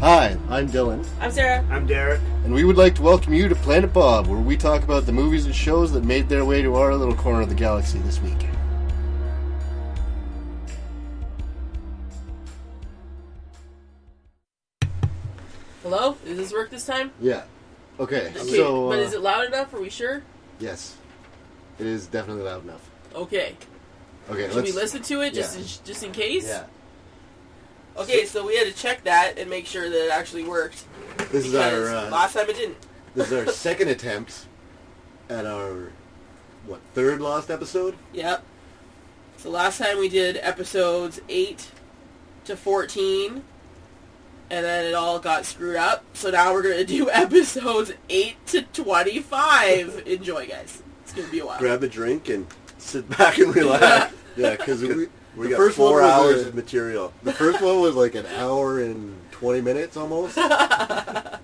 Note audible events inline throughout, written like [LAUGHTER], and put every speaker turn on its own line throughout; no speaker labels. Hi, I'm Dylan,
I'm Sarah.
I'm Derek.
and we would like to welcome you to Planet Bob, where we talk about the movies and shows that made their way to our little corner of the galaxy this week.
Hello? Does this work this time?
Yeah. Okay,
Okay,
so.
but
uh,
is it loud enough? Are we sure?
Yes. It is definitely loud enough.
Okay.
Okay,
Should
let's.
we listen to it just
yeah.
in, just in case?
Yeah.
Okay, so we had to check that and make sure that it actually worked.
This is
because
our. Uh,
last time it didn't.
this is our second attempt at our, what, third lost episode?
Yep. So last time we did episodes 8 to 14, and then it all got screwed up. So now we're going to do [LAUGHS] episodes 8 to 25. Enjoy, guys. It's going to be a while.
grab a drink and
Sit back and [LAUGHS] relax. yeah, because we.
we,
[LAUGHS]
we
the
got
first
four
one was
hours
a-
of material.
The first one was like an hour and 20 minutes almost. I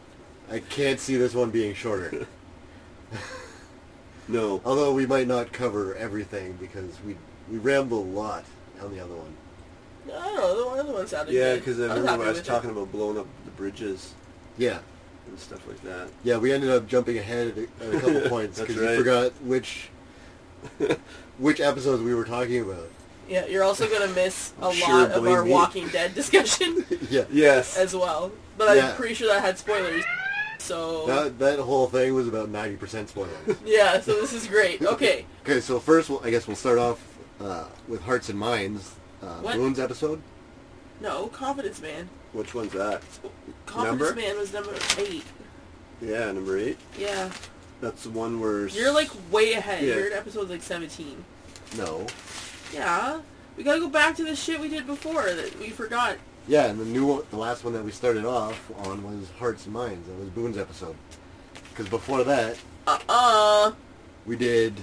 can't see this one being shorter.
No,
Although we might not cover everything because we we ramble a lot on the other one.
I don't know. The one, the other one sounded
yeah,
good.
because I
was
remember
happy
I was
with it.
talking about blowing up the bridges
Yeah.
and stuff like that.
Yeah, we ended up jumping ahead at a, at a couple points
That's
because we
right.
forgot which which episodes we were talking about. [LAUGHS]
Yeah, you're also gonna miss a
Sure,
lot of
blame
our
me.
Walking
[LAUGHS]
Dead discussion
Yeah.
Yes,
as well. But
Yeah.
I'm pretty sure that had spoilers. So
That, that whole thing was about 90% spoilers.
yeah, so this is great. Okay,
okay, so first we'll, I guess we'll start off uh, with Hearts and Minds, uh,
What?
Moon's episode.
no confidence man.
which one's that?
Confidence
Number?
man was number eight.
Yeah, number eight.
Yeah,
That's the one where s-
you're like way ahead.
Yeah.
You're in episode like 17.
No.
Yeah, we gotta go back to the shit we did before that we forgot.
Yeah, and the new one, the last one that we started off on was Hearts and Minds. That was Boone's episode. Because before that,
Uh uh
we did...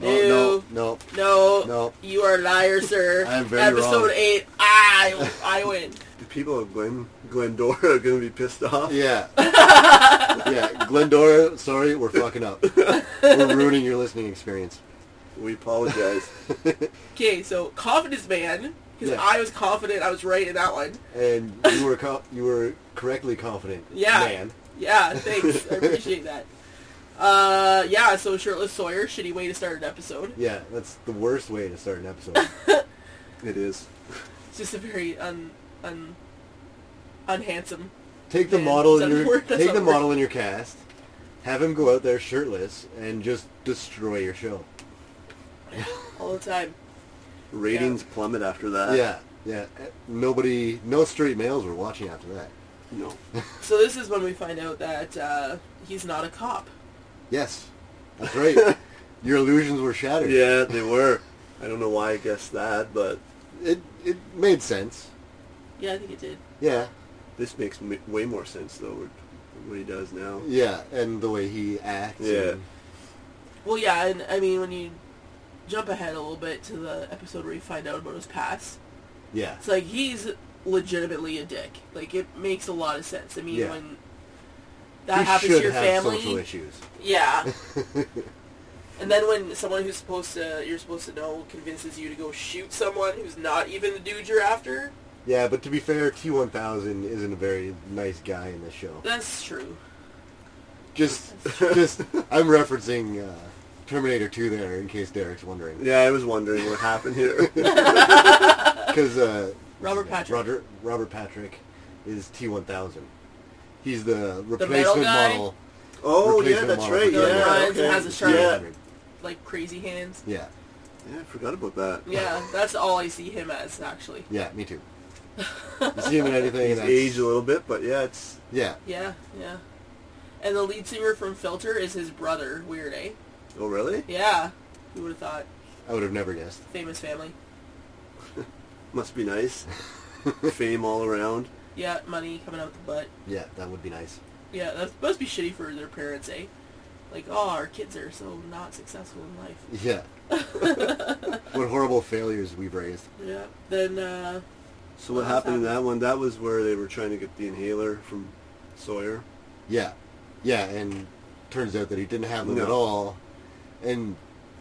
Ew.
no, no,
no.
No.
You are a liar, sir.
I am very
Episode
wrong.
eight. Ah, I I win.
the people of Glen Glendora are going to be pissed off.
Yeah. [LAUGHS] yeah, Glendora, sorry, we're fucking up. We're ruining your listening experience. [LAUGHS]
We apologize.
Okay, so confidence man, because
Yeah.
I was confident I was right in that one.
And you were co- you were correctly confident,
Yeah.
man.
Yeah, thanks. I
[LAUGHS]
appreciate that. Uh, yeah, so shirtless Sawyer, shitty way to start an episode.
Yeah, that's the worst way to start an episode.
it is.
It's just a very un, un, unhandsome.
Take the
[LAUGHS] Yeah,
model in
that's
your
unwor- that's
take the
unwor-
model in your cast, have him go out there shirtless and just destroy your show.
all the time.
Ratings plummet after
Uh,
that.
yeah, yeah. Eh, Nobody, no straight males were watching after that.
No.
So this is when we find out that uh, he's not a cop.
Yes, that's
[LAUGHS]
right. your illusions were shattered.
Yeah, they were. I don't know why I guessed that, but
it it made sense.
Yeah, I think it did.
Yeah,
this makes m- way more sense though. what- What he does now.
yeah, and the way he acts.
Yeah.
and-
Well, yeah, and I mean when you jump ahead a little bit to the episode where you find out about his past,
yeah,
It's like he's legitimately a dick. Like it makes a lot of sense. I mean,
Yeah.
when that
He
happens
should
to your
have social
family,
issues. [LAUGHS]
yeah. and then when someone who's supposed to you're supposed to know convinces you to go shoot someone who's not even the dude you're after,
Yeah, but to be fair, T1000 isn't a very nice guy in this show.
that's true.
Just, just, I'm referencing uh, Terminator 2 there in case Derek's wondering.
Yeah, I was wondering what happened here.
[LAUGHS] Because uh,
Robert Patrick.
Roger, Robert Patrick is T1000. He's the replacement
guy?
model.
oh yeah,
Replacement
that's
model.
right.
Yeah,
Yeah,
runs and
okay.
has a shark.
yeah.
T100.
Like crazy
[LAUGHS]
hands.
yeah,
yeah, I forgot about that.
Yeah, that's all I see him as actually.
yeah, me too. You see him in anything.
He's
that's-
aged a little bit, but yeah, it's
Yeah,
Yeah, yeah. And the lead singer from Filter is his brother. Weird, eh?
oh really?
Yeah. Who would have thought?
I would have never guessed. [LAUGHS]
Famous family.
Must
[LAUGHS]
be nice. Fame all around.
Yeah, money coming out the butt.
Yeah, that would be nice.
Yeah, that must be shitty for their parents, eh? Like, oh, our kids are so not successful in life. [LAUGHS]
Yeah. what horrible failures we've raised.
Yeah. Then, uh,
So what
What
happened in
happened?
that one? That was where they were trying to get the inhaler from Sawyer. [LAUGHS]
Yeah, yeah, and turns out that he didn't have them
No.
at all, and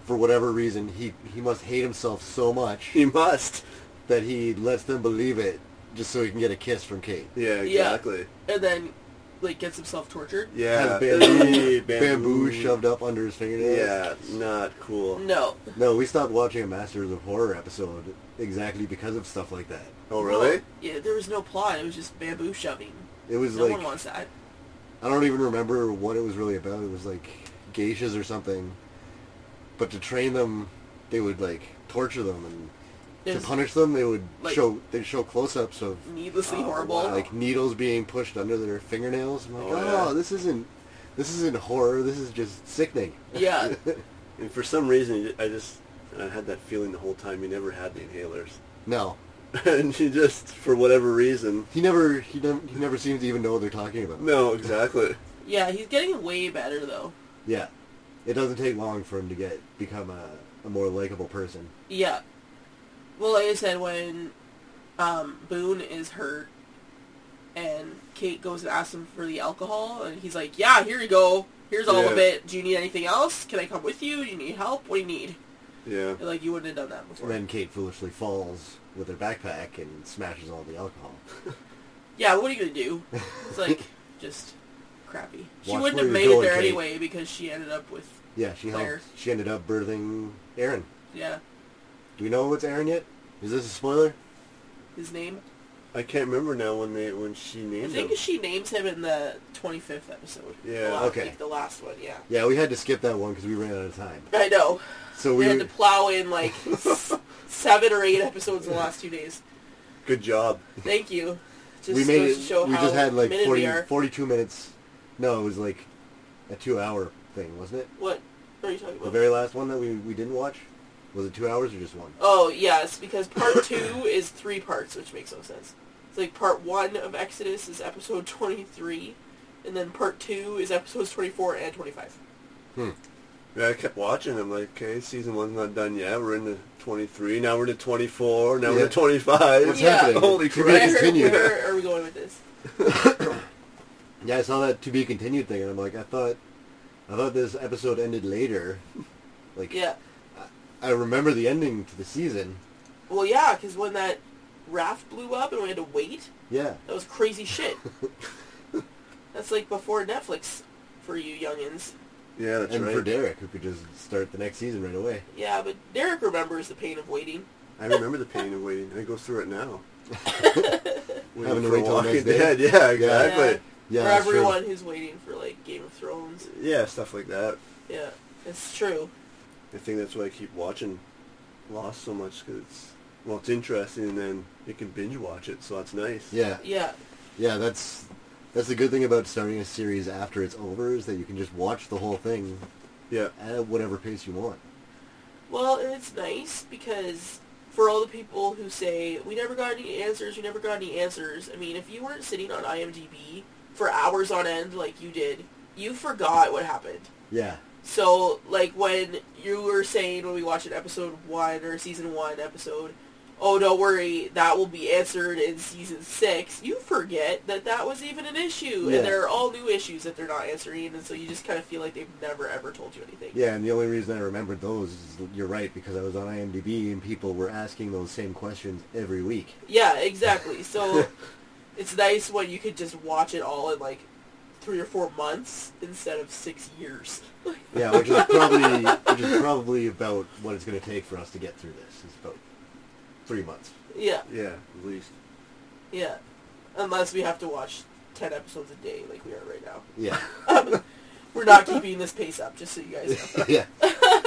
for whatever reason, he he must hate himself so much
He must.
that he lets them believe it just so he can get a kiss from Kate.
Yeah,
Yeah.
exactly.
and then like gets himself tortured.
Has
Yeah. [LAUGHS]
bamboo,
Bamboo.
bamboo shoved up under his fingernails.
Yeah, not cool.
No.
No, we stopped watching a Masters of Horror episode exactly because of stuff like that.
Oh, really?
Yeah, there was no plot. It was just bamboo shoving.
It was
No
like
one wants that.
I don't even remember what it was really about. It was like geishas or something. But to train them, they would like torture them, and
It's
to punish them, they would
like-
show they show close-ups of
needlessly
Oh,
horrible.
wow.
like needles being pushed under their fingernails. I'm like,
Oh,
oh,
yeah.
this isn't this isn't horror. This is just sickening.
Yeah.
And for some reason, I just I had that feeling the whole time. He never had the inhalers, [LAUGHS]
No,
and he just for whatever reason.
he never he, never he never seems to even know what they're talking about.
No, exactly.
Yeah, he's getting way better though.
Yeah, it doesn't take long for him to get become a, a more likable person.
Yeah. Well, like I said, when um, Boone is hurt and Kate goes and asks him for the alcohol, and he's like, yeah, here you go. Here's all of
Yeah.
it. Do you need anything else? Can I come with you? Do you need help? What do you need?
Yeah.
And, like, you wouldn't have done that before.
And then Kate foolishly falls with her backpack and smashes all the alcohol.
yeah, what are you going to do? It's like, just crappy. She
Watch
wouldn't
where
have
you're
made it
going,
there
Kate.
anyway because she ended up with,
[LAUGHS] Yeah, she
Claire.
helped, she ended up birthing Aaron.
yeah,
Do we know what's Aaron yet? Is this a spoiler?
his name.
I can't remember now when they when she
I
named
think
him.
she names him in the 25th episode.
Yeah,
The la-
okay.
Like the last one, yeah.
Yeah, we had to skip that one because we ran out of time.
I know.
So
We
we
had to plow
[LAUGHS]
in like s- seven or eight episodes in the last two days.
Good job.
Thank you. Just
we made
goes to
it. We just had like
committed
40,
we are.
42 minutes. No, it was like a two-hour thing, wasn't it?
What are you talking
The
about?
very last one that we, we didn't watch was it two hours or just one?
oh yes, because part two is three parts, which makes no sense. It's like part one of Exodus is episode twenty-three, and then part two is episodes twenty-four and twenty-five.
Yeah, I kept watching. I'm like, okay, season one's not done yet. We're into 23. Now we're to 24. Now we're
Yeah.
to 25.
What's
Yeah.
happening?
Holy
To be
crap.
I heard,
continued.
where are we going with this?
Yeah, I saw that to be continued thing, and I'm like, I thought, I thought this episode ended later. Like,
Yeah.
I remember the ending to the season.
Well, yeah, because when that raft blew up and we had to wait,
Yeah,
That was crazy shit. That's like before Netflix for you youngins.
[LAUGHS] Yeah, that's
and
right.
for Derek, who could just start the next season right away.
Yeah, but Derek remembers the pain of waiting.
I remember the pain of waiting. I go through it now.
[LAUGHS] Having
Waiting
to
for
wait till the
Walking
next day?
Dead. Yeah, exactly.
Yeah,
for
that's true.
everyone who's waiting for like Game of Thrones.
Yeah. stuff like that.
Yeah, it's true.
I think that's why I keep watching Lost so much because it's well, it's interesting, and then you can binge watch it, so that's nice.
Yeah,
Yeah,
yeah, that's that's the good thing about starting a series after it's over is that you can just watch the whole thing
Yeah.
at whatever pace you want.
Well, and it's nice because for all the people who say, we never got any answers, we never got any answers, I mean, if you weren't sitting on IMDb for hours on end like you did, you forgot what happened.
Yeah,
So, like, when you were saying when we watched an episode one or season one episode, oh, don't worry, that will be answered in season six, you forget that that was even an issue.
Yeah.
And there are all new issues that they're not answering, and so you just kind of feel like they've never, ever told you anything.
yeah, and the only reason I remembered those is you're right because I was on IMDb and people were asking those same questions every week.
Yeah,
[LAUGHS]
exactly. So it's nice when you could just watch it all in like three or four months instead of six years.
Yeah, which is probably which is probably about what it's going to take for us to get through this. It's about three months.
yeah,
Yeah, at least.
yeah. Unless we have to watch ten episodes a day like we are right now.
Yeah, [LAUGHS]
We're not keeping this pace up, just so
[LAUGHS]
you guys
yeah.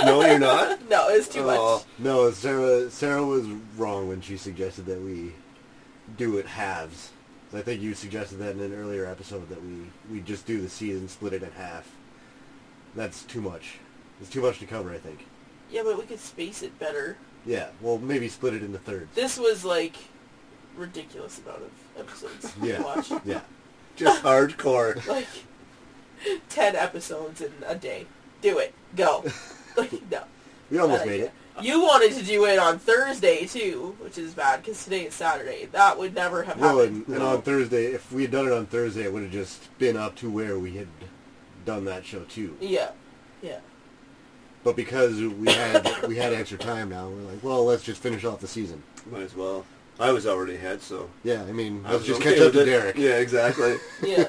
No, you're not.
know. [LAUGHS] no, it's too
Aw.
much.
No, Sarah. Sarah was wrong when she suggested that we do it halves. 'Cause I think you suggested that in an earlier episode that we we just do the season, split it in half. That's too much. It's too much to cover. I think.
Yeah, but we could space it better.
Yeah. Well, maybe split it into thirds.
This was like ridiculous amount of episodes
Yeah.
to watch.
[LAUGHS] Yeah.
Just hardcore.
Like [LAUGHS] ten episodes in a day. Do it.
[LAUGHS]
Go. Like no. [LAUGHS]
We almost
Bad
made
idea.
it.
You wanted to do it on Thursday too, which is bad because today is Saturday. That would never have
No,
happened.
and, and on Thursday, if we had done it on Thursday, it would have just been up to where we had done that show too.
Yeah, yeah,
But because we had we had extra time now, we're like, well, let's just finish off the season.
Might as well.
I was already ahead, so
Yeah, I mean,
I
let's
was
just
okay
catch
with
up to
it.
Derek.
Yeah, exactly. [LAUGHS]
Yeah.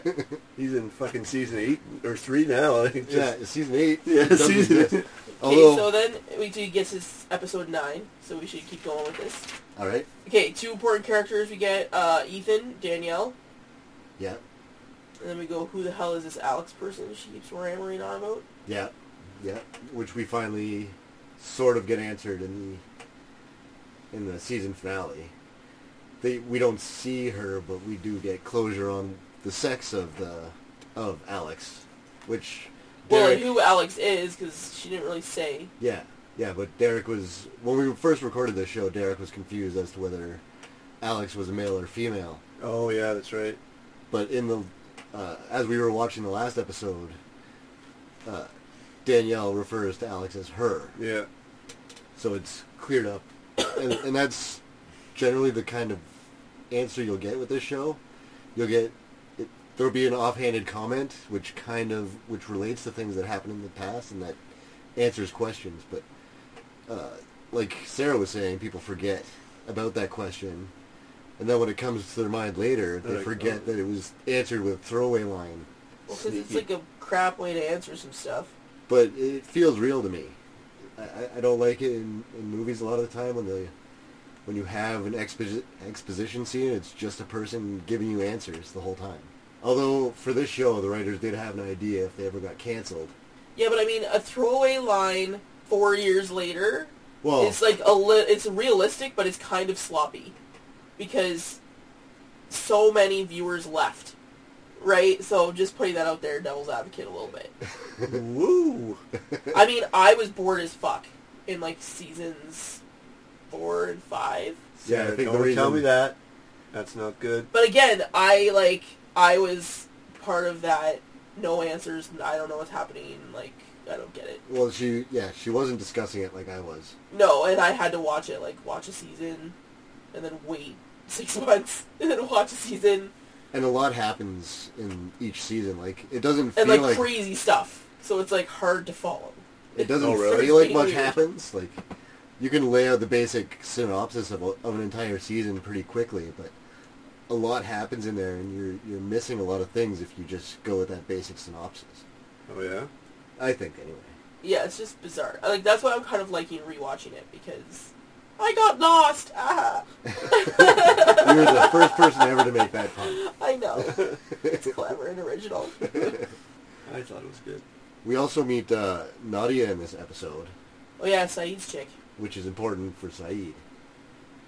He's in fucking season eight or three now. [LAUGHS] I think
Yeah,
just,
it's season eight.
yeah,
It doesn't
season.
exist.
Okay,
Although,
so then we do get to s- episode nine, so we should keep going with this.
all right,
Okay, two important characters we get, uh, Ethan, Danielle,
yeah,
and then we go, who the hell is this Alex person she keeps yammering on about?
yeah, yeah, which we finally sort of get answered in the in the season finale. They we don't see her, but we do get closure on the sex of the of Alex, which
Well,
Derek,
and who Alex is, because she didn't really say.
Yeah, yeah, but Derek was when we first recorded this show. Derek was confused as to whether Alex was male or female.
Oh yeah, that's right.
But in the uh, as we were watching the last episode, uh, Danielle refers to Alex as her,
Yeah,
so it's cleared up, [COUGHS] and, and that's generally the kind of answer you'll get with this show. You'll get it, there'll be an offhanded comment which kind of which relates to things that happened in the past and that answers questions, but uh, like Sarah was saying, people forget about that question, and then when it comes to their mind later, they
Like,
forget
oh.
that it was answered with a throwaway line.
Well, because it's
Sneaky.
like a crap way to answer some stuff.
But it feels real to me. I- I, I don't like it in, in movies a lot of the time when the when you have an exposi- exposition scene, it's just a person giving you answers the whole time. Although for this show, the writers did have an idea if they ever got canceled.
Yeah, but I mean, a throwaway line four years later
Well, [LAUGHS]
It's like a li- it's realistic, but it's kind of sloppy because so many viewers left, right? So just putting that out there, devil's advocate a little bit.
woo.
I mean, I was bored as fuck in like seasons four and five,
Yeah, I
Sarah,
think the
don't tell
reason-
me that. That's not good.
but again, I like I was part of that. No answers. I don't know what's happening. Like I don't get it.
well, she yeah, she wasn't discussing it like I was.
No, and I had to watch it, like watch a season, and then wait [LAUGHS] six months, and then watch a season,
And a lot happens in each season. Like it doesn't feel
and like,
like
crazy stuff. So it's like hard to follow.
it doesn't
Oh, really?
feel like much
Weird.
happens. Like you can lay out the basic synopsis of, a, of an entire season pretty quickly, but a lot happens in there, and you're you're missing a lot of things if you just go with that basic synopsis.
Oh yeah.
I think anyway. [LAUGHS]
Yeah, it's just bizarre. Like that's why I'm kind of liking rewatching it because I got lost. Ah,
you were the first person ever to make that pun.
I know.
[LAUGHS]
It's clever and original.
[LAUGHS] I thought it was good.
We also meet uh, Nadia in this episode,
[LAUGHS] Oh yeah, Saeed's chick.
which is important for Saeed.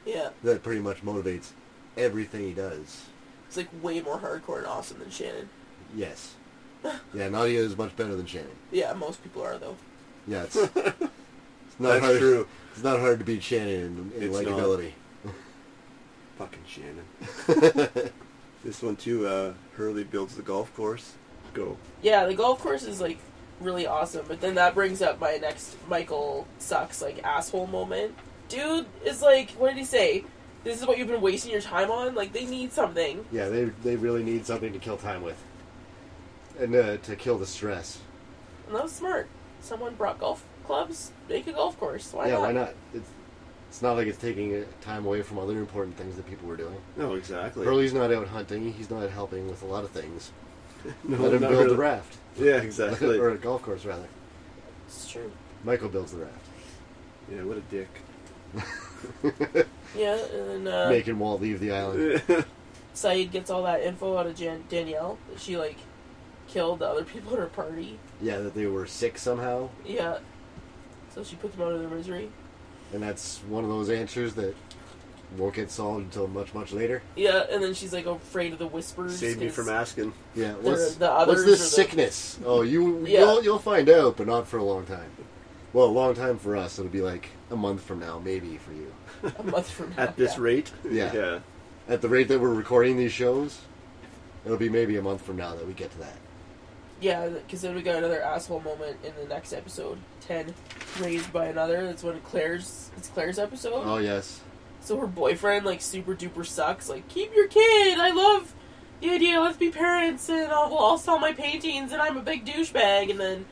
Yeah,
That pretty much motivates everything he does.
it's like way more hardcore and awesome than Shannon.
Yes. Yeah, Nadia is much better than Shannon.
Yeah, most people are though.
[LAUGHS]
Yeah, it's, it's not
That's
hard.
true.
It's not hard to beat Shannon in, in
It's not.
likability.
Fucking
[LAUGHS]
Shannon. this one too. Uh, Hurley builds the golf course. Go.
Yeah, the golf course is like really awesome, but then that brings up my next Michael sucks like asshole moment. Dude is like, what did he say? This is what you've been wasting your time on. Like they need something.
Yeah, they they really need something to kill time with, and uh, to kill the stress.
And that was smart. Someone brought golf clubs. Make a golf course. Why
yeah,
not?
why not? It's it's not like it's taking uh, time away from other important things that people were doing.
No, exactly.
Hurley's not out hunting. He's not helping with a lot of things.
No,
Let him
not
build
really.
the raft, [LAUGHS]
Yeah, [LAUGHS] exactly.
or a golf course rather.
It's true.
Michael builds the raft,
yeah, what a dick.
[LAUGHS]
Yeah, and then uh,
making Walt leave the island.
[LAUGHS]
Saeed gets all that info out of Jan- Danielle that she like killed the other people in her party.
Yeah, that they were sick somehow.
Yeah. So she put them out of their misery.
And that's one of those answers that won't get solved until much, much later.
Yeah, and then she's like afraid of the whispers.
Saved me
'cause-
from asking.
Yeah, what's,
the others
what's this
or the- [LAUGHS]
sickness? Oh, you
Yeah.
you'll, you'll find out, but not for a long time. Well, a long time for us. It'll be like a month from now, maybe for you.
a month from now.
At this
yeah.
rate?
[LAUGHS] Yeah.
Yeah.
At the rate that we're recording these shows, it'll be maybe a month from now that we get to that.
Yeah, because then we got another asshole moment in the next episode. Ten, raised by another. That's when Claire's. It's Claire's episode.
Uh-huh.
Oh yes,
So her boyfriend, like, super duper sucks. Like, keep your kid. I love the idea. Let's be parents, and I'll, well, I'll sell my paintings, and I'm a big douchebag. And then,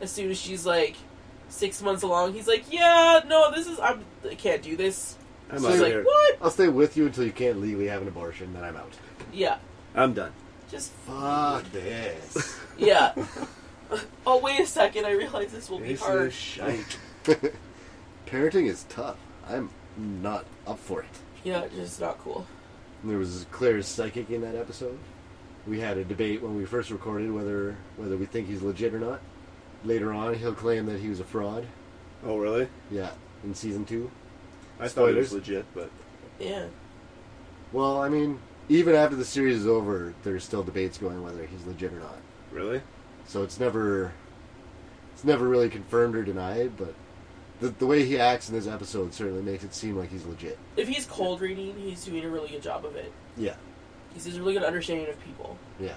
as soon as she's like six months along, he's like, "Yeah, no, this is I'm, I can't do this.
I'm
So
out
It's
of
like,
here.
what?
I'll stay with you until you can't legally have an abortion, then I'm out.
Yeah.
I'm done.
Just,
Fuck this.
yeah. oh, wait a second. I realize this will be
This
hard. [LAUGHS]
is shite.
[LAUGHS] Parenting is tough. I'm not up for it.
Yeah, just not cool.
And there was Claire's psychic in that episode. We had a debate when we first recorded whether whether we think he's legit or not. Later on, he'll claim that he was a fraud.
Oh really?
Yeah, in season two.
I thought it was
Spoilers.
legit, but
Yeah.
Well, I mean, even after the series is over, there's still debates going whether he's legit or not.
really?
So it's never it's never really confirmed or denied, but the, the way he acts in this episode certainly makes it seem like he's legit.
If he's cold reading, he's doing a really good job of it.
Yeah.
He's just really good understanding of people.
Yeah.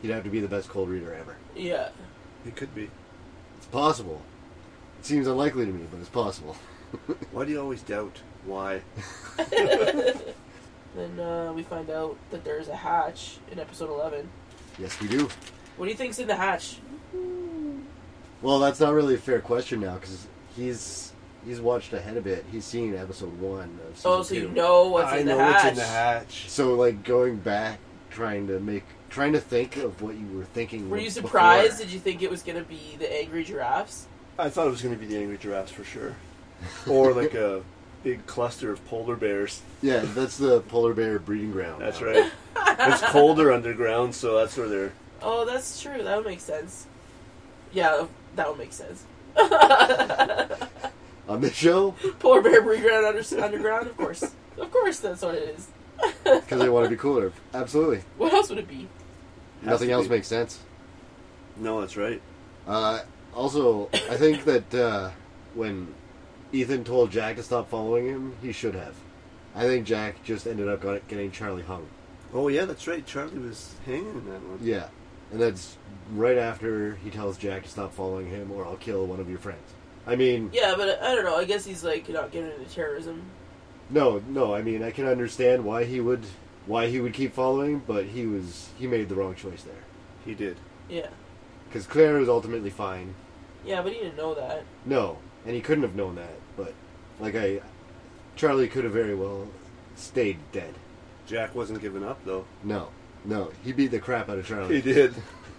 He'd have to be the best cold reader ever. [LAUGHS]
Yeah. [LAUGHS]
It could be.
It's possible. It seems unlikely to me, but it's possible. [LAUGHS]
Why do you always doubt? Why?
then uh, we find out that there's a hatch in episode 11.
Yes, we do.
What do you think's in the hatch?
Well, that's not really a fair question now because he's he's watched ahead a bit. He's seen episode one of season
Oh, so you
two.
know what's
I
in the
know
hatch.
what's in the hatch.
So like going back, trying to make, trying to think of what you were thinking.
Were you
before.
surprised? Did you think it was going to be the angry giraffes?
I thought it was going to be the angry giraffes for sure, or like a big cluster of polar bears.
Yeah, that's the polar bear breeding ground. Uh,
That's
now.
right. it's colder underground, so that's where they're.
Oh, that's true. That would make sense. Yeah, that would make [LAUGHS] sense.
On this show,
Polar bear breeding ground under- underground, of course. Of course, that's what it is.
because they want to be cooler. Absolutely.
what else would it be?
Has
Nothing
to
else
be.
makes sense.
No, that's right.
Uh, also, I think that uh, when Ethan told Jack to stop following him, he should have. I think Jack just ended up got- getting Charlie hung.
Oh yeah, that's right. Charlie was hanging in that one.
Yeah, and that's right after he tells Jack to stop following him, or I'll kill one of your friends. I mean,
Yeah, but uh, I don't know. I guess he's like not getting into terrorism.
no, no. I mean, I can understand why he would why he would keep following, but he was he made the wrong choice there
He did.
Yeah.
because Claire was ultimately fine.
Yeah, but he didn't know that.
No, and he couldn't have known that. But like I, Charlie could have very well stayed dead.
Jack wasn't giving up though.
No, no. He beat the crap out of
He
Charlie. [LAUGHS]
did.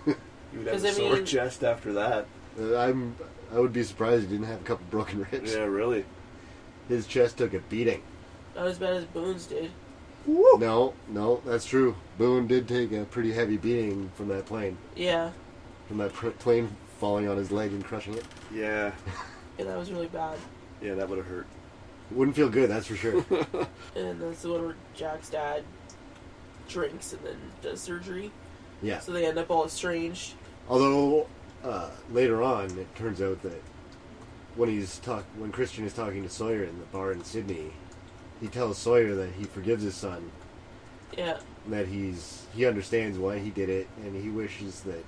he would have
'Cause
a
I
sore
mean-
chest after that.
Uh, I'm I would be surprised he didn't have a couple broken [LAUGHS] ribs.
Yeah, really.
His chest took a beating.
Not as bad as Boone's did.
Woo!
No, no, that's true. Boone did take a pretty heavy beating from that plane,
Yeah.
from that pr- plane falling on his leg and crushing it.
Yeah,
Yeah, that was really bad.
yeah, that would have hurt.
Wouldn't feel good, that's for
[LAUGHS]
sure. [LAUGHS]
And that's the one where Jack's dad drinks and then does surgery.
yeah.
So they end up all estranged.
Although uh, later on, it turns out that when he's talk when Christian is talking to Sawyer in the bar in Sydney, he tells Sawyer that he forgives his son,
Yeah.
and that he's he understands why he did it, and he wishes that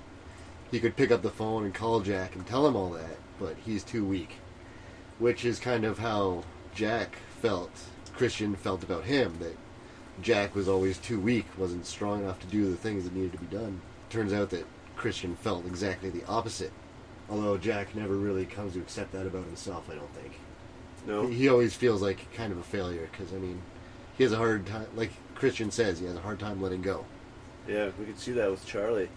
he could pick up the phone and call Jack and tell him all that, but he's too weak, which is kind of how Jack felt. Christian felt about him that Jack was always too weak, wasn't strong enough to do the things that needed to be done. Turns out that Christian felt exactly the opposite. Although Jack never really comes to accept that about himself, I don't think.
No,
He always feels like kind of a failure because I mean, he has a hard time. Like Christian says, he has a hard time letting go,
yeah, we could see that with Charlie.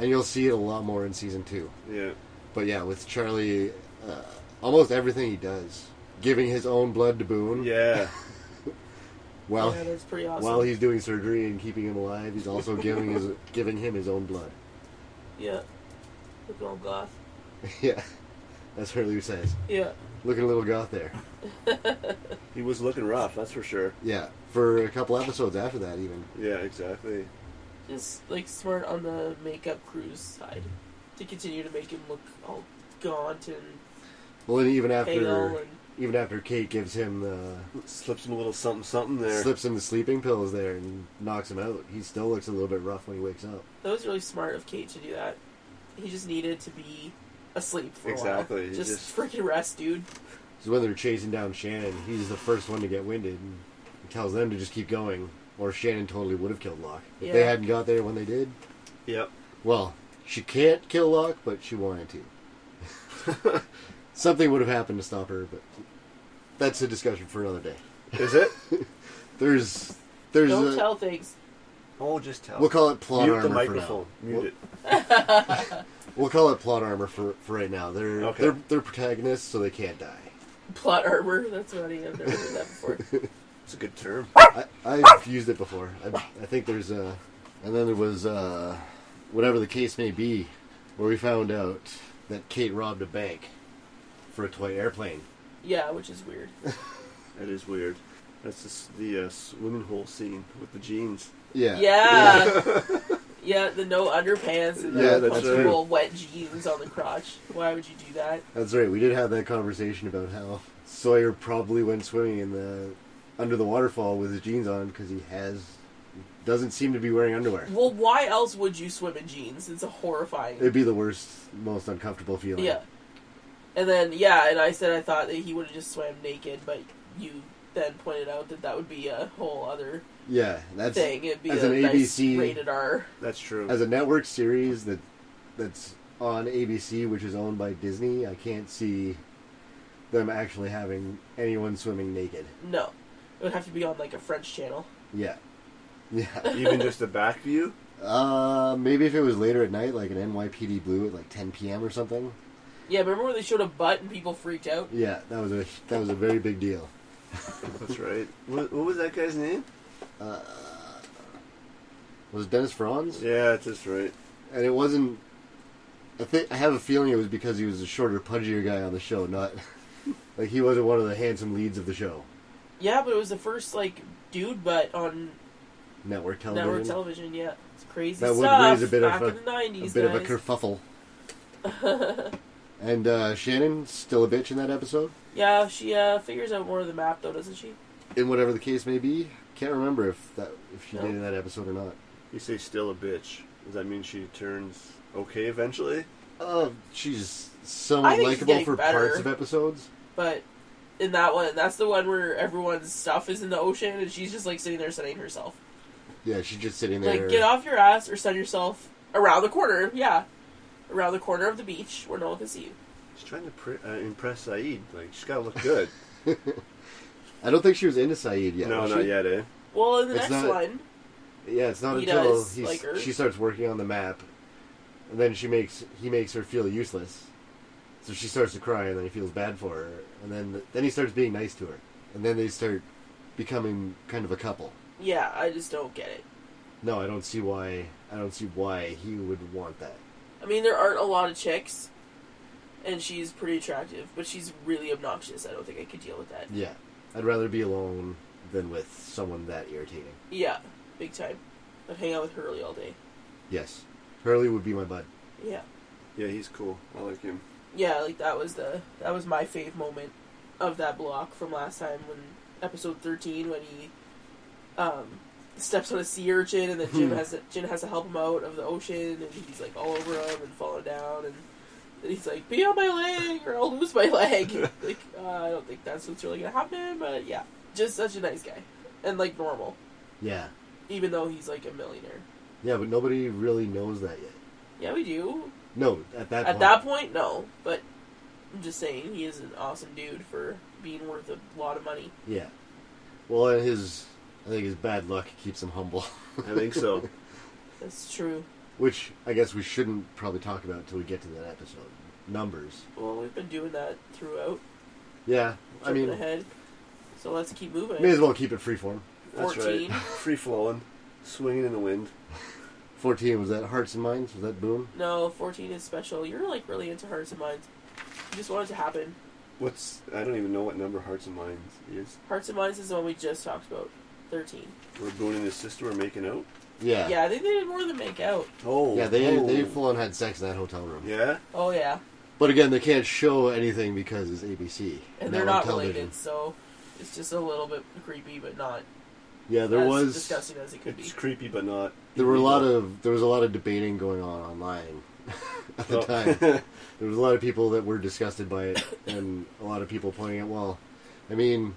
and you'll see it a lot more in season two.
Yeah,
But yeah, with Charlie, uh, almost everything he does, giving his own blood to Boone
yeah,
while
yeah, that's pretty awesome.
while he's doing surgery and keeping him alive, he's also giving
[LAUGHS]
his giving him his own blood. [LAUGHS]
yeah. Look all goth.
yeah, that's what Lou says.
Yeah. [LAUGHS]
Looking a little goth there.
he was looking rough. That's for sure.
Yeah, for a couple episodes after that, even
Yeah, exactly.
Just like smart on the makeup crew's side to continue to make him look all gaunt and
well, and even
pale
after
and
even after Kate gives him the
Slips him a little something, something there.
slips him the sleeping pills there and knocks him out. He still looks a little bit rough when he wakes up.
That was really smart of Kate to do that. He just needed to be asleep for a
Exactly,
while.
he
Just,
just-
freaking rest, dude.
So when they're chasing down Shannon, he's the first one to get winded and he tells them to just keep going. Or Shannon totally would have killed Locke. If they
Yeah.
hadn't got there when they did,
Yep.
well, she can't kill Locke, but she wanted to. [LAUGHS] Something would have happened to stop her, but that's a discussion for another day. [LAUGHS]
Is it?
There's there's
Don't
a,
tell things.
Oh, just tell.
we'll call it plot
Mute
armor
the microphone.
for now.
Mute it.
We'll, we'll call it plot armor for, for right now. They're
Okay.
they're they're protagonists, so they can't die.
Plot armor. That's funny. I've never
[LAUGHS]
heard that before.
It's a good term.
I, I've used it before. I, I think there's a, and then there was uh whatever the case may be, where we found out that Kate robbed a bank for a toy airplane.
Yeah, which is weird.
That is weird. That's just the uh, swimming hole scene with the [LAUGHS] jeans.
Yeah.
Yeah. yeah, the no underpants and
Yeah,
the
that's
punchable
true.
wet jeans on the crotch. Why would you do that?
That's right. We did have that conversation about how Sawyer probably went swimming in the under the waterfall with his jeans on because he has doesn't seem to be wearing underwear.
Well, why else would you swim in jeans? It's a horrifying.
It'd be the worst, most uncomfortable feeling.
yeah. And then yeah, and I said I thought that he would have just swam naked, but you then pointed out that that would be a whole other
Yeah, that's
thing. It'd be
as
a
an
nice
ABC
rated R.
That's true.
as a network series that that's on ABC, which is owned by Disney. I can't see them actually having anyone swimming naked.
No, it would have to be on like a French channel.
Yeah,
[LAUGHS]
yeah.
Even just the back view.
uh, maybe if it was later at night, like an NYPD Blue at like 10 p.m. or something.
Yeah, remember when they showed a butt and people freaked out?
Yeah, that was a that was a very big deal.
That's right. What, what was that guy's name?
Uh, was it Dennis Franz?
Yeah, that's right.
And it wasn't. I think I have a feeling it was because he was a shorter, pudgier guy on the show, not [LAUGHS] like he wasn't one of the handsome leads of the show.
Yeah, but it was the first like dude butt on
Network television.
network television. Yeah, it's crazy
That would
stuff.
raise a bit of
back
a-
in the nineties,
a bit
guys.
of a kerfuffle. and uh, Shannon still a bitch in that episode,
[LAUGHS] yeah, she uh, figures out more of the map though, doesn't she?
in whatever the case may be. Can't remember if that if she
No.
did in that episode or not.
You say still a bitch. Does that mean she turns okay eventually?
Uh,
Oh,
she's
I
somewhat
think she's
likable
getting
for
better.
parts of episodes.
But in that one, that's the one where everyone's stuff is in the ocean, and she's just like sitting there sunning herself.
Yeah, she's just sitting there.
Like, get off your ass or sun yourself around the corner. Yeah, around the corner of the beach where no one can see you.
She's trying to pre- uh, impress Saeed. Like she's gotta look [LAUGHS] good.
[LAUGHS] I don't think she was into Saeed yet.
no,
was
not
she?
yet, eh?
Well, in the
It's
next
not-
one,
Yeah, it's not
He
until
does
he's,
like her.
she starts working on the map, and then she makes he makes her feel useless. So she starts to cry, and then he feels bad for her, and then then he starts being nice to her, and then they start becoming kind of a couple.
yeah, I just don't get it.
No, I don't see why. I don't see why he would want that.
I mean, there aren't a lot of chicks, and she's pretty attractive, but she's really obnoxious. I don't think I could deal with that.
Yeah, I'd rather be alone than with someone that irritating.
Yeah, big time. I'd hang out with Hurley all day.
Yes, Hurley would be my bud.
Yeah,
Yeah, he's cool. I like him.
yeah. Like that was the that was my fave moment of that block from last time when episode thirteen when he um steps on a sea urchin and then Jim has to, Jim has to help him out of the ocean and he's like all over him and falling down and then he's like be on my leg or I'll lose my leg. like uh, I don't think that's what's really gonna happen, but yeah, just such a nice guy and like normal,
Yeah,
even though he's like a millionaire.
yeah, but nobody really knows that yet.
Yeah, we do.
No, at
At
that point,
that point, no. But I'm just saying he is an awesome dude for being worth a lot of money.
Yeah. Well, and his I think his bad luck keeps him humble,
I think so.
That's true.
[LAUGHS] which I guess we shouldn't probably talk about until we get to that episode. Numbers.
Well, we've been doing that throughout.
Yeah, I
jumping
mean,
ahead. So let's keep moving.
may as well keep it freeform.
That's right. [LAUGHS]
14.
Free flowing, swinging in the wind.
Fourteen was that Hearts and Minds? Was that Boom?
No, 14 is special. You're like really into hearts and minds. You just want it to happen.
What's I don't even know what number Hearts and Minds is.
Hearts and minds is the one we just talked about. 13.
We're Boone and his sister were making out.
Yeah.
Yeah, I think they did more than make out.
Oh,
Yeah, they
oh.
they full on had sex in that hotel room.
Yeah,
Oh, yeah.
But again, they can't show anything because it's ABC.
And they're
network
not
television.
related, so it's just a little bit creepy, but not
Yeah, there
as
was
disgusting as it could be.
it's creepy but not.
there were a lot
illegal.
of there was a lot of debating going on online [LAUGHS] at the
Oh. [LAUGHS]
time. There was a lot of people that were disgusted by it, and a lot of people pointing out, well, I mean,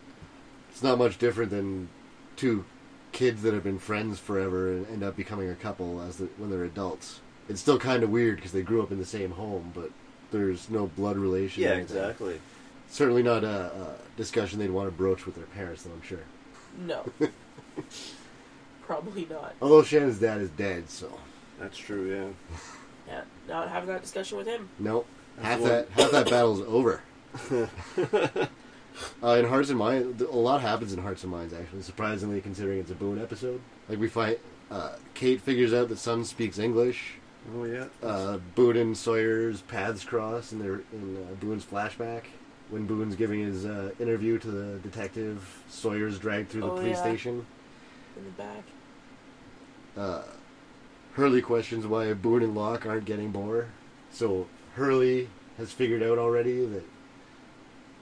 it's not much different than two kids that have been friends forever and end up becoming a couple as the, when they're adults. It's still kind of weird because they grew up in the same home, but there's no blood relation. or
yeah,
anything.
exactly.
Certainly not a, a discussion they'd want to broach with their parents, though, I'm sure. [LAUGHS]
No. Probably not.
Although Shannon's dad is dead, so.
That's true, yeah.
Yeah, not having that discussion with him.
Nope. Half
Well-
that, half that battle's over. Uh, in Hearts and Minds, a lot happens in Hearts and Minds, actually, surprisingly, considering it's a Boone episode. Like, we find uh, Kate figures out that Sun speaks English.
oh, yeah.
uh, Boone and Sawyer's paths cross in their in uh, Boone's flashback when Boone's giving his uh, interview to the detective. Sawyer's dragged through the
Oh,
police
yeah.
station.
In the back.
Uh, Hurley questions why Boone and Locke aren't getting more. So Hurley has figured out already that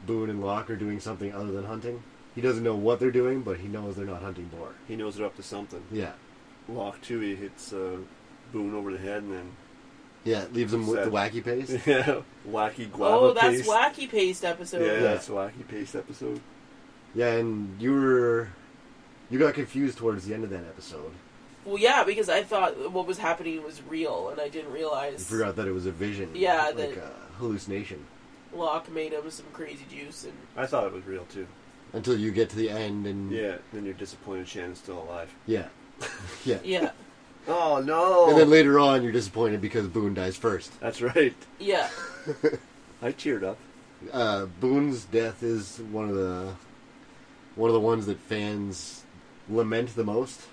Boone and Locke are doing something other than hunting. He doesn't know what they're doing, but he knows they're not hunting boar.
he knows they're up to something.
Yeah,
Lock two, he hits uh, Boone over the head and then
yeah. it Leaves him with the
Sad.
wacky paste.
[LAUGHS] yeah, wacky guava
Oh, that's
paste.
wacky paste episode.
yeah,
Yeah.
that's wacky paste episode.
Yeah, and you were you got confused towards the end of that episode.
Well, yeah, because I thought what was happening was real, and I didn't
You
realize
forgot that it was a vision.
Yeah,
like
that-
a hallucination.
Locke made him some crazy juice, and
I thought it was real too.
Until you get to the end and
Yeah, then you're disappointed Shannon's still alive.
yeah, yeah.
yeah, [LAUGHS]
Oh no!
And then later on, you're disappointed because Boone dies first.
that's right. [LAUGHS]
yeah,
I cheered up.
Uh, Boone's death is one of the one of the ones that fans lament the most.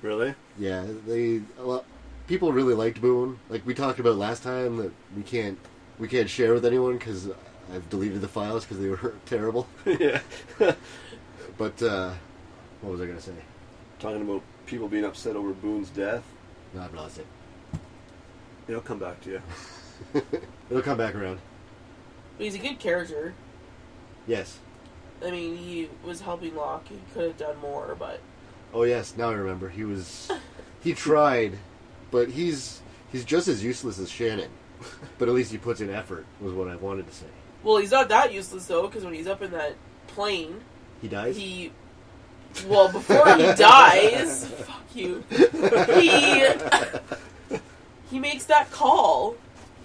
Really? [LAUGHS]
Yeah, they a lot, people really liked Boone. Like we talked about last time, that we can't we can't share with anyone because I've deleted the files because they were [LAUGHS] terrible.
yeah. [LAUGHS]
But uh, what was I gonna say?
Talking about people being upset over Boone's death.
No, I've lost it.
It'll come back to you. [LAUGHS]
It'll come back around.
But he's a good character.
Yes.
I mean, he was helping Locke. He could have done more, but
Oh yes, now I remember. He was he tried, but he's he's just as useless as Shannon. [LAUGHS] But at least he puts in effort was what I wanted to say.
well, he's not that useless though, because when he's up in that plane,
He dies.
he well before he dies, fuck you. He he makes that call.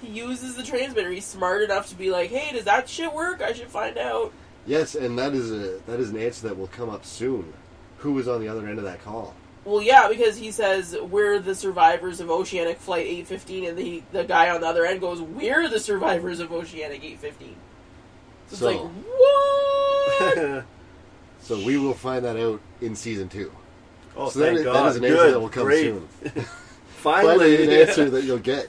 He uses the transmitter. He's smart enough to be like, "Hey, does that shit work? I should find out."
Yes, and that is a that is an answer that will come up soon. Who was on the other end of that call?
Well, yeah, because he says we're the survivors of Oceanic Flight 815, and the the guy on the other end goes, "We're the survivors of Oceanic 815." So,
So-
it's like, what?
So we will find that out in season two.
oh,
so that
thank
is-
God.
that is an answer
Good.
that will come
Great.
soon.
[LAUGHS] Finally,
Finally, an
[LAUGHS]
answer that you'll get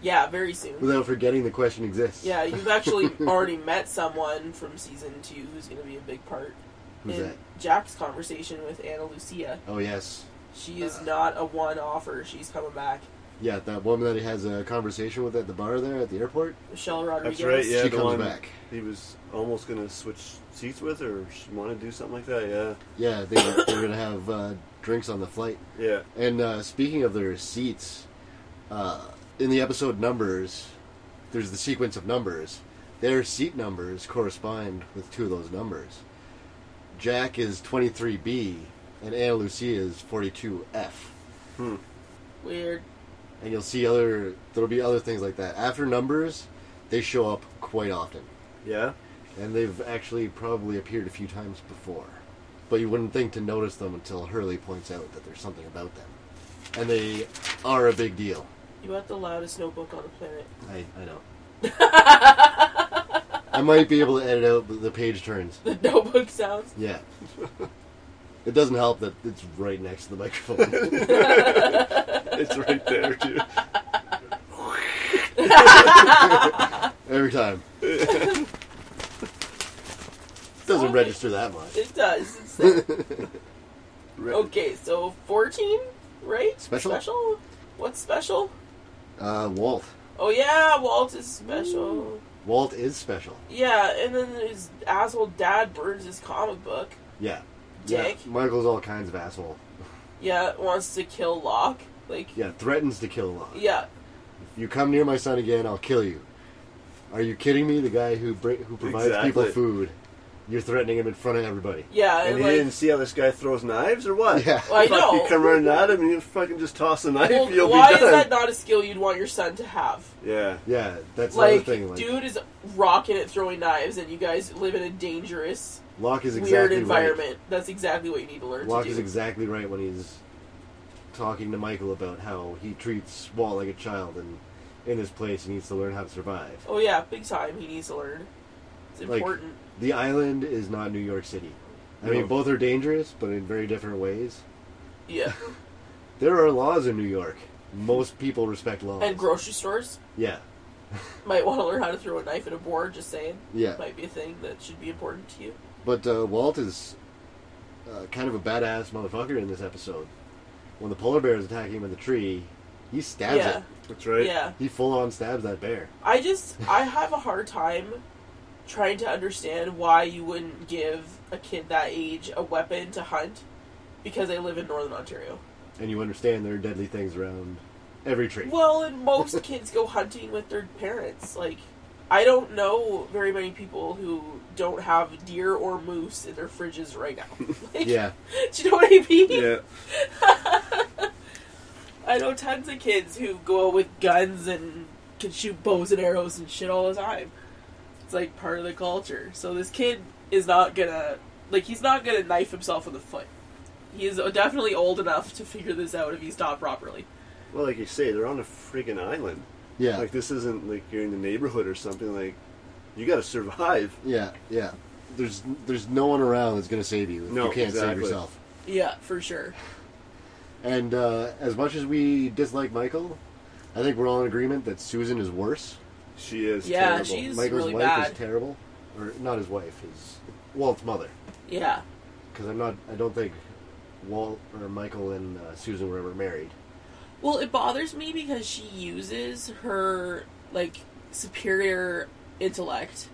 yeah, very soon.
without forgetting the question exists.
Yeah, you've actually already met someone from season two who's going to be a big part
Who's
in
that?
Jack's conversation with Anna Lucia.
Oh yes.
She is not a one offer. She's coming back.
Yeah, that woman that he has a conversation with at the bar there at the airport.
Michelle Rodriguez.
That's right. Yeah,
she
the
comes
one
back.
He was almost gonna switch seats with, or want to do something like that. Yeah.
Yeah, they were, they were gonna have uh, drinks on the flight.
Yeah.
And uh, speaking of their seats, uh, in the episode numbers, there's the sequence of numbers. Their seat numbers correspond with two of those numbers. Jack is 23B, and Anna Lucia is 42F.
Weird.
And you'll see other there'll be other things like that. After numbers, they show up quite often.
Yeah. [LAUGHS]
and they've actually probably appeared a few times before. But you wouldn't think to notice them until Hurley points out that there's something about them. And they are a big deal.
You have the loudest notebook on the planet. [LAUGHS]
I, I know. [LAUGHS] I might be able to edit out the- the page turns.
The notebook sounds.
Yeah. It doesn't help that it's right next to the microphone.
[LAUGHS]
It's right there too.
Every time. doesn't register that much.
It does.
[LAUGHS]
It's
Right.
Okay, so 14, right?
Special?
Special? What's special?
Uh, Walt.
Oh, yeah, Walt is special.
Walt is special.
Yeah, and then his asshole dad burns his comic book.
Yeah.
Dick.
Yeah. Michael's all kinds of asshole.
Yeah, wants to kill Locke. Like,
Yeah, threatens to kill Locke.
yeah.
If you come near my son again, I'll kill you. Are you kidding me? The guy who bring, who provides people
Exactly.
food You're threatening him in front of everybody.
Yeah,
And
and
he
like,
didn't see how this guy throws knives or what?
Yeah.
Well, I
Fuck,
know.
You come running at him and you fucking just toss a knife,
well,
you'll
why
be
is
done.
that not a skill you'd want your son to have?
yeah.
Yeah, that's
Like,
another thing. Like,
dude is rocking at throwing knives, and you guys live in a dangerous,
Locke is
weird
exactly
environment. That's exactly what you need to learn
right. Locke
to
is
do.
exactly right when he's talking to Michael about how he treats Walt like a child and in his place he needs to learn how to survive.
oh yeah, big time. He needs to learn. It's
Like-
important.
The island is not New York City. I
No.
mean, both are dangerous, but in very different ways. [LAUGHS]
yeah, [LAUGHS]
There are laws in New York. Most people respect laws.
and grocery stores
yeah,
might want to learn how to throw a knife at a board. Just saying,
yeah.
might be a thing that should be important to you.
But uh, Walt is uh, kind of a badass motherfucker in this episode. When the polar bear is attacking him in the tree, he stabs
yeah,
it.
That's right.
yeah.
He full on stabs that bear.
I just I have a hard time trying to understand why you wouldn't give a kid that age a weapon to hunt because I live in northern Ontario.
And you understand there are deadly things around every tree.
Well, and most kids go hunting with their parents. Like I don't know very many people who don't have deer or moose in their fridges right now. [LAUGHS] Like,
Yeah,
Do you know what I mean?
Yeah.
I know tons of kids who go out with guns and can shoot bows and arrows and shit all the time. It's like part of the culture. So this kid is not gonna like he's not gonna knife himself in the foot. He is definitely old enough to figure this out if he's taught properly.
Well, like you say, they're on a freaking island.
yeah,
Like this isn't like you're in the neighborhood or something. Like you got to survive. [LAUGHS]
yeah, yeah. There's there's no one around that's gonna save you. if
No,
you can't save
exactly.
yourself.
Yeah, for sure.
And uh, as much as we dislike Michael, I think we're all in agreement that Susan is worse.
She is.
Yeah,
terrible.
she's- This is
Michael's
really
wife
bad.
is terrible, or not his wife, his Walt's mother.
Yeah.
Because I'm not, I don't think Walt or Michael and uh, Susan were ever married.
Well, it bothers me because she uses her like superior intellect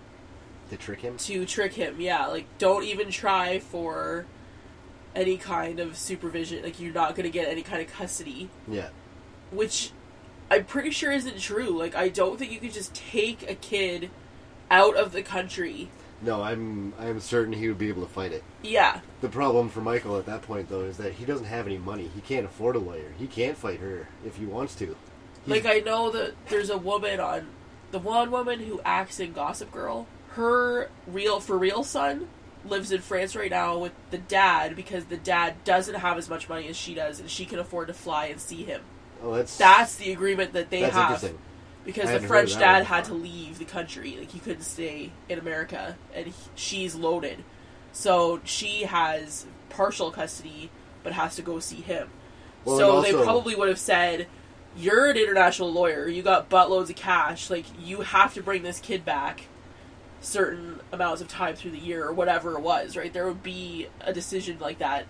They trick him.
to trick him. Yeah, like don't even try for any kind of supervision. Like you're not going to get any kind of custody,
Yeah,
which I'm pretty sure isn't true. Like I don't think you could just take a kid out of the country.
no, I'm I'm certain he would be able to fight it.
Yeah.
The problem for Michael at that point, though, is that he doesn't have any money. He can't afford a lawyer. He can't fight her if he wants to. He's-
Like I know that there's a woman on the one woman who acts in Gossip Girl. Her real for real son lives in France right now with the dad because the dad doesn't have as much money as she does and she can afford to fly and see him.
oh, that's
That's the agreement that they
that's
have
interesting. I
because the
hadn't heard
French
that
dad
one
had to
before.
leave the country. Like he couldn't stay in America and he, she's loaded. So she has partial custody but has to go see him
Well,
so
and
they
also-
probably would have said, "You're an international lawyer. You got buttloads of cash. Like you have to bring this kid back certain amounts of time through the year or whatever it was." Right? There would be a decision like that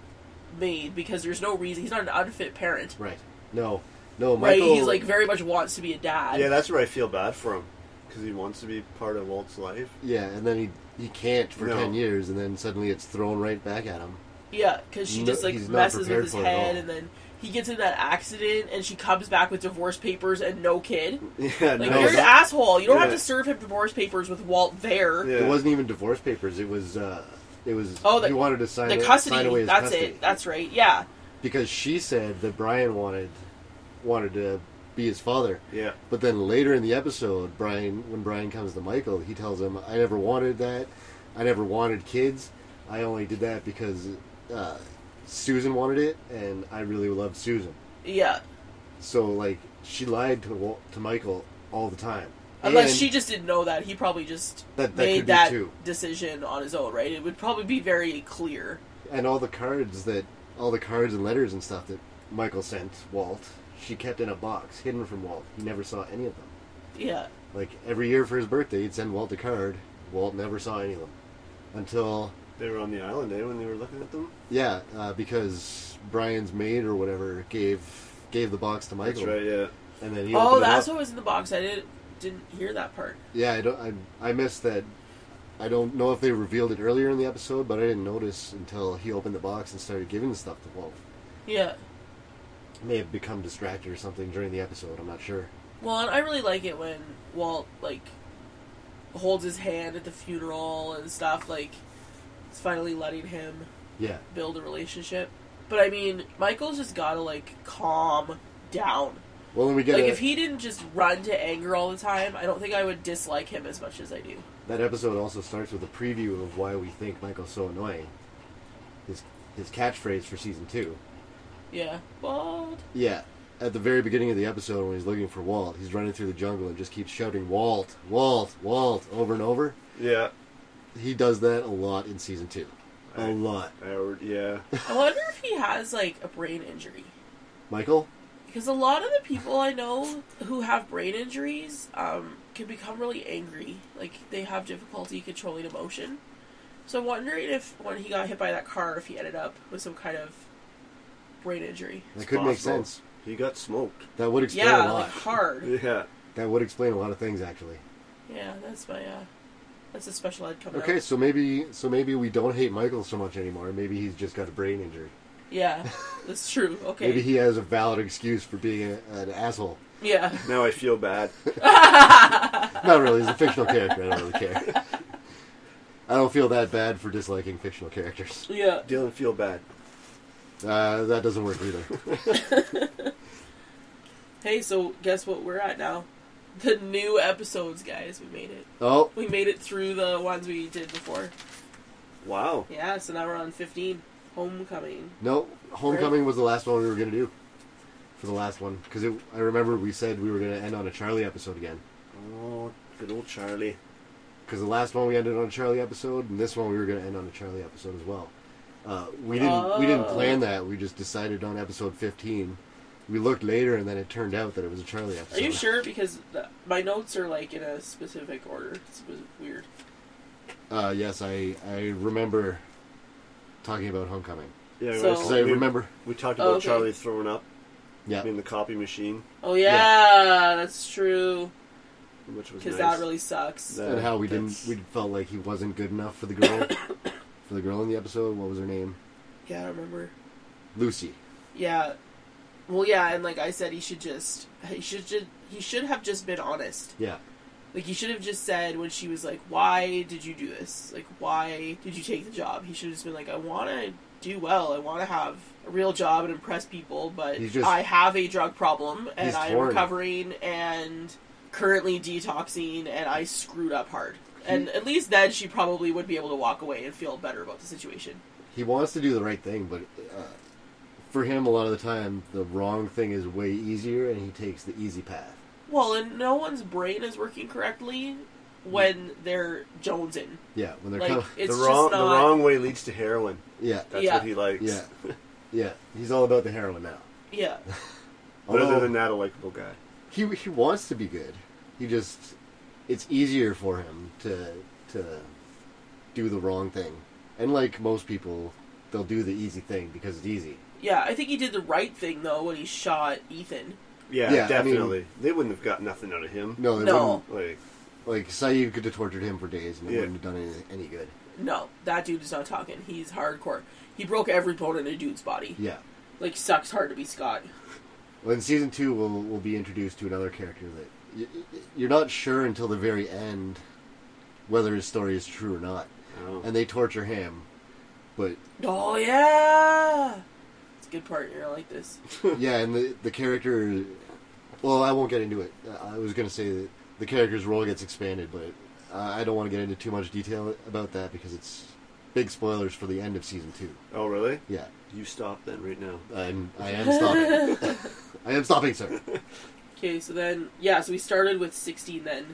made because there's no reason he's not an unfit parent.
right. No, no,
Right?
Michael.
He's like very much wants to be a dad.
Yeah, that's where I feel bad for him because he wants to be part of Walt's life. [LAUGHS]
yeah, and then he he can't for
No.
ten years, and then suddenly it's thrown right back at him.
Yeah, because she
No,
just like
he's not
messes
prepared
with his
for it at
head,
all.
and then he gets in that accident, and she comes back with divorce papers and no kid.
Yeah,
Like
no,
you're an
that-
asshole. You don't have
Yeah.
to serve him divorce papers with Walt there.
Yeah.
It wasn't even divorce papers. It was uh, it was
Oh, the-
he wanted to sign
the
a-
custody.
sign away his
that's
custody.
it. That's right. Yeah.
because she said that Brian wanted wanted to be his father.
yeah.
But then later in the episode, Brian when Brian comes to Michael, he tells him, "I never wanted that. I never wanted kids. I only did that because uh, Susan wanted it, and I really loved Susan."
Yeah.
So like she lied to Wal- to Michael all the time.
Unless
And-
she just didn't know that, he probably just
That- that could
made
be
that
too.
decision on his own, right? It would probably be very clear.
and all the cards that all the cards and letters and stuff that Michael sent Walt, she kept in a box hidden from Walt. He never saw any of them.
Yeah.
Like every year for his birthday, he'd send Walt a card. Walt never saw any of them until
They were on the island, eh? When they were looking at them.
yeah, uh, because Brian's maid or whatever gave gave the box to Michael,
That's right. Yeah.
and then he
oh,
opened
that's
it up.
what was in the box. I didn't didn't hear that part.
yeah. I don't I, I missed that. I don't know if they revealed it earlier in the episode, but I didn't notice until he opened the box and started giving the stuff to Walt.
Yeah.
may have become distracted or something during the episode. I'm not sure.
Well, and I really like it when Walt like holds his hand at the funeral and stuff. Like It's finally letting him
Yeah.
build a relationship. But I mean, Michael's just gotta like calm down.
Well, then we get
Like
a-
if he didn't just run to anger all the time, I don't think I would dislike him as much as I do.
that episode also starts with a preview of why we think Michael's so annoying. His his catchphrase for season two.
Yeah. Bald.
Yeah. At the very beginning of the episode, when he's looking for Walt, he's running through the jungle and just keeps shouting "Walt, Walt, Walt" over and over.
Yeah.
He does that a lot in season two. A
Right.
lot.
I
[LAUGHS]
already, yeah.
I wonder if he has like a brain injury.
Michael,
Because a lot of the people I know who have brain injuries um, can become really angry. Like they have difficulty controlling emotion. So I'm wondering if when he got hit by that car, if he ended up with some kind of brain injury.
that
It's
could make
possible.
sense.
He got smoked.
That would explain
yeah,
a lot.
like hard.
Yeah.
That would explain a lot of things, actually.
Yeah, that's my uh, that's a special ed coming
Okay,
up.
so maybe so maybe we don't hate Michael so much anymore. Maybe he's just got a brain injury.
Yeah, that's true. Okay.
Maybe he has a valid excuse for being a, an asshole.
Yeah.
Now I feel bad.
Not really. He's a fictional character. I don't really care. I don't feel that bad for disliking fictional characters.
Yeah. [LAUGHS]
Dylan, feel bad.
Uh, that doesn't work either.
Hey, so guess what we're at now? The new episodes, guys. We made it.
Oh,
We made it through the ones we did before.
Wow.
Yeah, so now we're on 15. Homecoming.
no. Homecoming was the last one we were going to do for the last one. Because I remember we said we were going to end on a Charlie episode again.
Oh, good old Charlie.
Because the last one we ended on a Charlie episode, and this one we were going to end on a Charlie episode as well. Uh, we didn't we didn't
Oh.
plan that. We just decided on episode 15. We looked later, and then it turned out that it was a Charlie
Are
episode.
you sure? Because the, my notes are like in a specific order. It's w- weird.
Uh, yes, I I remember talking about Homecoming.
Yeah,
So-
we-
'Cause I
we-
remember.
We talked
Oh,
about
okay.
Charlie throwing up
Yeah.
in the copy machine,
Oh, yeah, that's true.
which was
Because
nice.
that really sucks.
That-
and how we didn't
That's-
we felt like he wasn't good enough for the
[COUGHS]
girl for the girl in the episode what was her name
yeah, I remember.
lucy
Yeah. Well, yeah, and like I said, he should just. He should just. He should have just been honest.
yeah
Like he should have just said when she was like, "Why did you do this? Like, why did you take the job?" He should have just been like, "I want to do well. I want to have a real job and impress people, but
He's just-
I have a drug problem and
He's
I'm
torn.
recovering and currently detoxing and I screwed up hard." And at least then she probably would be able to walk away and feel better about the situation.
he wants to do the right thing but uh, for him a lot of the time the wrong thing is way easier and he takes the easy path
Well, and no one's brain is working correctly when they're jonesing.
yeah when they're
Like
kind
it's
the wrong
just not
the wrong way leads to heroin.
yeah
That's
Yeah.
what he likes.
yeah yeah he's all about the heroin now
yeah.
But
Although,
other than that, a likable guy.
he he wants to be good he just it's easier for him to to do the wrong thing and like most people they'll do the easy thing because it's easy
Yeah, I think he did the right thing though when he shot Ethan.
Yeah,
Yeah, I
definitely. they wouldn't have got nothing out of him.
no they
No.
wouldn't
Like,
Like Saeed could have tortured him for days and it
Yeah.
wouldn't have done any, any good.
No, that dude is not talking. He's hardcore. He broke every bone in a dude's body.
Yeah.
Like sucks hard to be Scott.
Well, in season two, we'll we'll be introduced to another character that y- y- you're not sure until the very end whether his story is true or not,
oh,
and they torture him. But
Oh yeah, it's a good partner. I like this.
yeah, and the the character, well, I won't get into it. Uh, I was gonna say that the character's role gets expanded, but uh, I don't want to get into too much detail about that because it's big spoilers for the end of season two.
oh, really?
Yeah,
You stop then right now.
I'm I am
[LAUGHS]
stopping. I am stopping, sir.
Okay, so then yeah, so we started with sixteen then,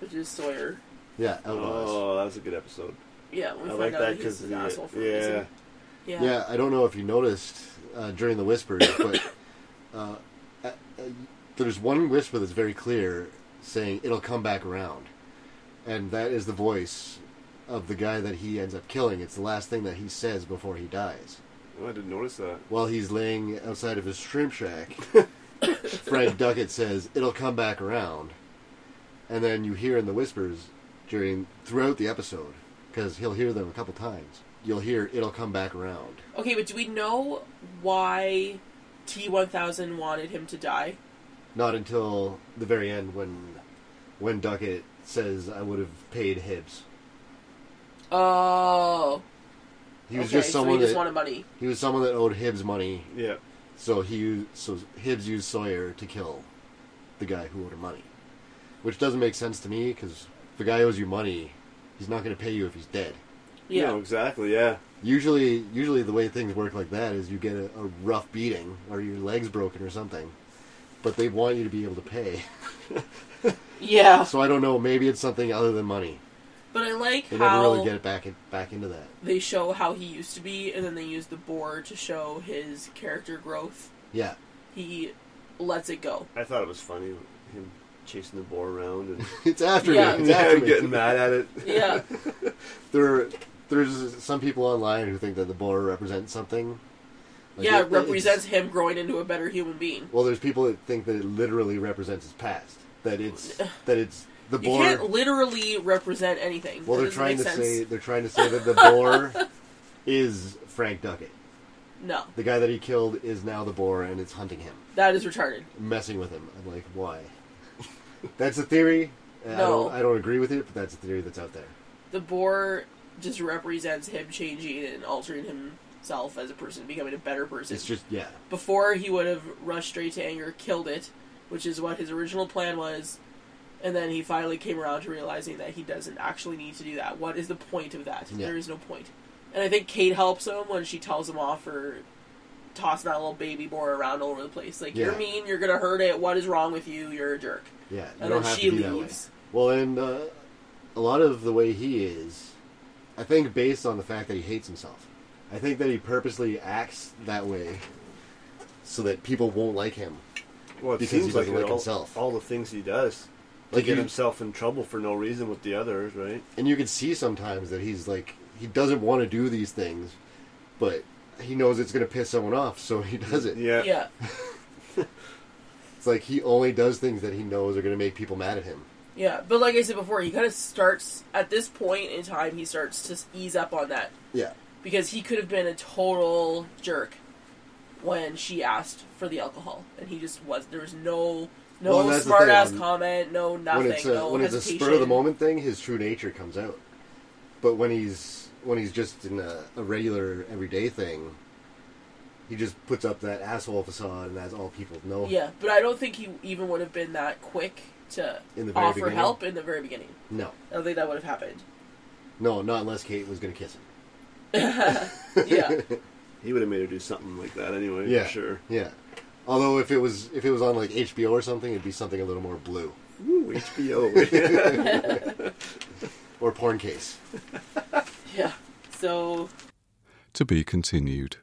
which is Sawyer.
Yeah, outlaws.
Oh, that was a good episode.
Yeah, we
I
find
like
out
that
he's
because
an asshole for a
yeah,
reason. Yeah.
Yeah, I don't know if you noticed uh, during the whispers, [COUGHS] but uh, uh, uh, there's one whisper that's very clear saying it'll come back around, and that is the voice of the guy that he ends up killing. It's the last thing that he says before he dies.
Oh, I didn't notice that.
While he's laying outside of his shrimp shack, Fred Duckett says it'll come back around, and then you hear in the whispers during throughout the episode because he'll hear them a couple times. You'll hear it'll come back around.
Okay, but do we know why T one thousand wanted him to die?
Not until the very end when when Duckett says I would have paid Hibbs.
Oh.
He was
okay,
just
so
someone
he just
that
wanted money.
he was someone that owed Hibbs money,
Yeah.
so he used, so Hibbs used Sawyer to kill the guy who owed him money, which doesn't make sense to me because the guy owes you money, he's not going to pay you if he's dead.
Yeah.
No, exactly. Yeah.
Usually, usually the way things work like that is you get a, a rough beating or your legs broken or something, but they want you to be able to pay. [LAUGHS]
Yeah.
So I don't know. Maybe it's something other than money.
But I like
They never
how
really get it back in, back into that.
they show how he used to be, and then they use the board to show his character growth.
Yeah, [LAUGHS]
He lets it [LAUGHS] go.
I thought it was funny him chasing the boar
[LAUGHS]
around and
it's after me.
[LAUGHS]
Yeah.
It's after me.
getting mad at it.
Yeah.
There, there's some people online who think that the boar represents something. Like
yeah,
it-
it represents
it's-
him growing into a better human being.
Well, there's people that think that it literally represents his past. That it's that it's the
You
boar.
can't literally represent anything.
well,
That
they're
doesn't
trying to
make sense.
say they're trying to say
[LAUGHS]
that the boar is Frank Duckett.
no.
The guy that he killed is now the boar, and it's hunting him,
That is retarded.
messing with him. I'm like,
[LAUGHS]
why? that's a theory. I
No.
don't, I don't agree with it, but that's a theory that's out there.
The boar just represents him changing and altering himself as a person, becoming a better person.
It's just yeah,
Before he would have rushed straight to anger, killed it, which is what his original plan was, and then he finally came around to realizing that he doesn't actually need to do that. What is the point of that?
Yeah.
There is no point. And I think Kate helps him when she tells him off for tossing that little baby boar around all over the place. Like,
Yeah.
you're mean, you're gonna hurt it, what is wrong with you, you're a jerk.
yeah. You
And
don't
then
have
she
to be that way.
leaves.
Well, and uh, a lot of the way he is, I think, based on the fact that he hates himself. I think that he purposely acts that way so that people won't like him.
Well, it
Because he
seems like,
doesn't
it
like
all,
himself.
all the things he does to
Like
get
you-
himself in trouble for no reason with the others, right?
And you can see sometimes that he's like he doesn't want to do these things, but he knows it's going to piss someone off, so he does it.
Yeah.
yeah.
It's like he only does things that he knows are going to make people mad at him.
Yeah, but like I said before, he kind of starts at this point in time. He starts to ease up on that
Yeah.
because he could have been a total jerk when she asked for the alcohol, and he just was. There was no no
Well, that's the
smart ass
thing.
comment, no nothing,
when it's a,
no
when it's a
hesitation.
spur of the moment thing, his true nature comes out. But when he's when he's just in a, a regular everyday thing, he just puts up that asshole facade, and that's all people know.
Yeah, but I don't think he even would have been that quick to
In the very
offer
beginning?
help in the very beginning.
No,
I don't think that would have
[LAUGHS]
happened.
no, not unless Kate was going to kiss him.
Yeah,
He would have made her do something like that anyway,
Yeah,
for sure.
Yeah. Although if it was if it was on like HBO or something, it'd be something a little more blue
Ooh, HBO.
or porn case.
yeah. So
To be continued.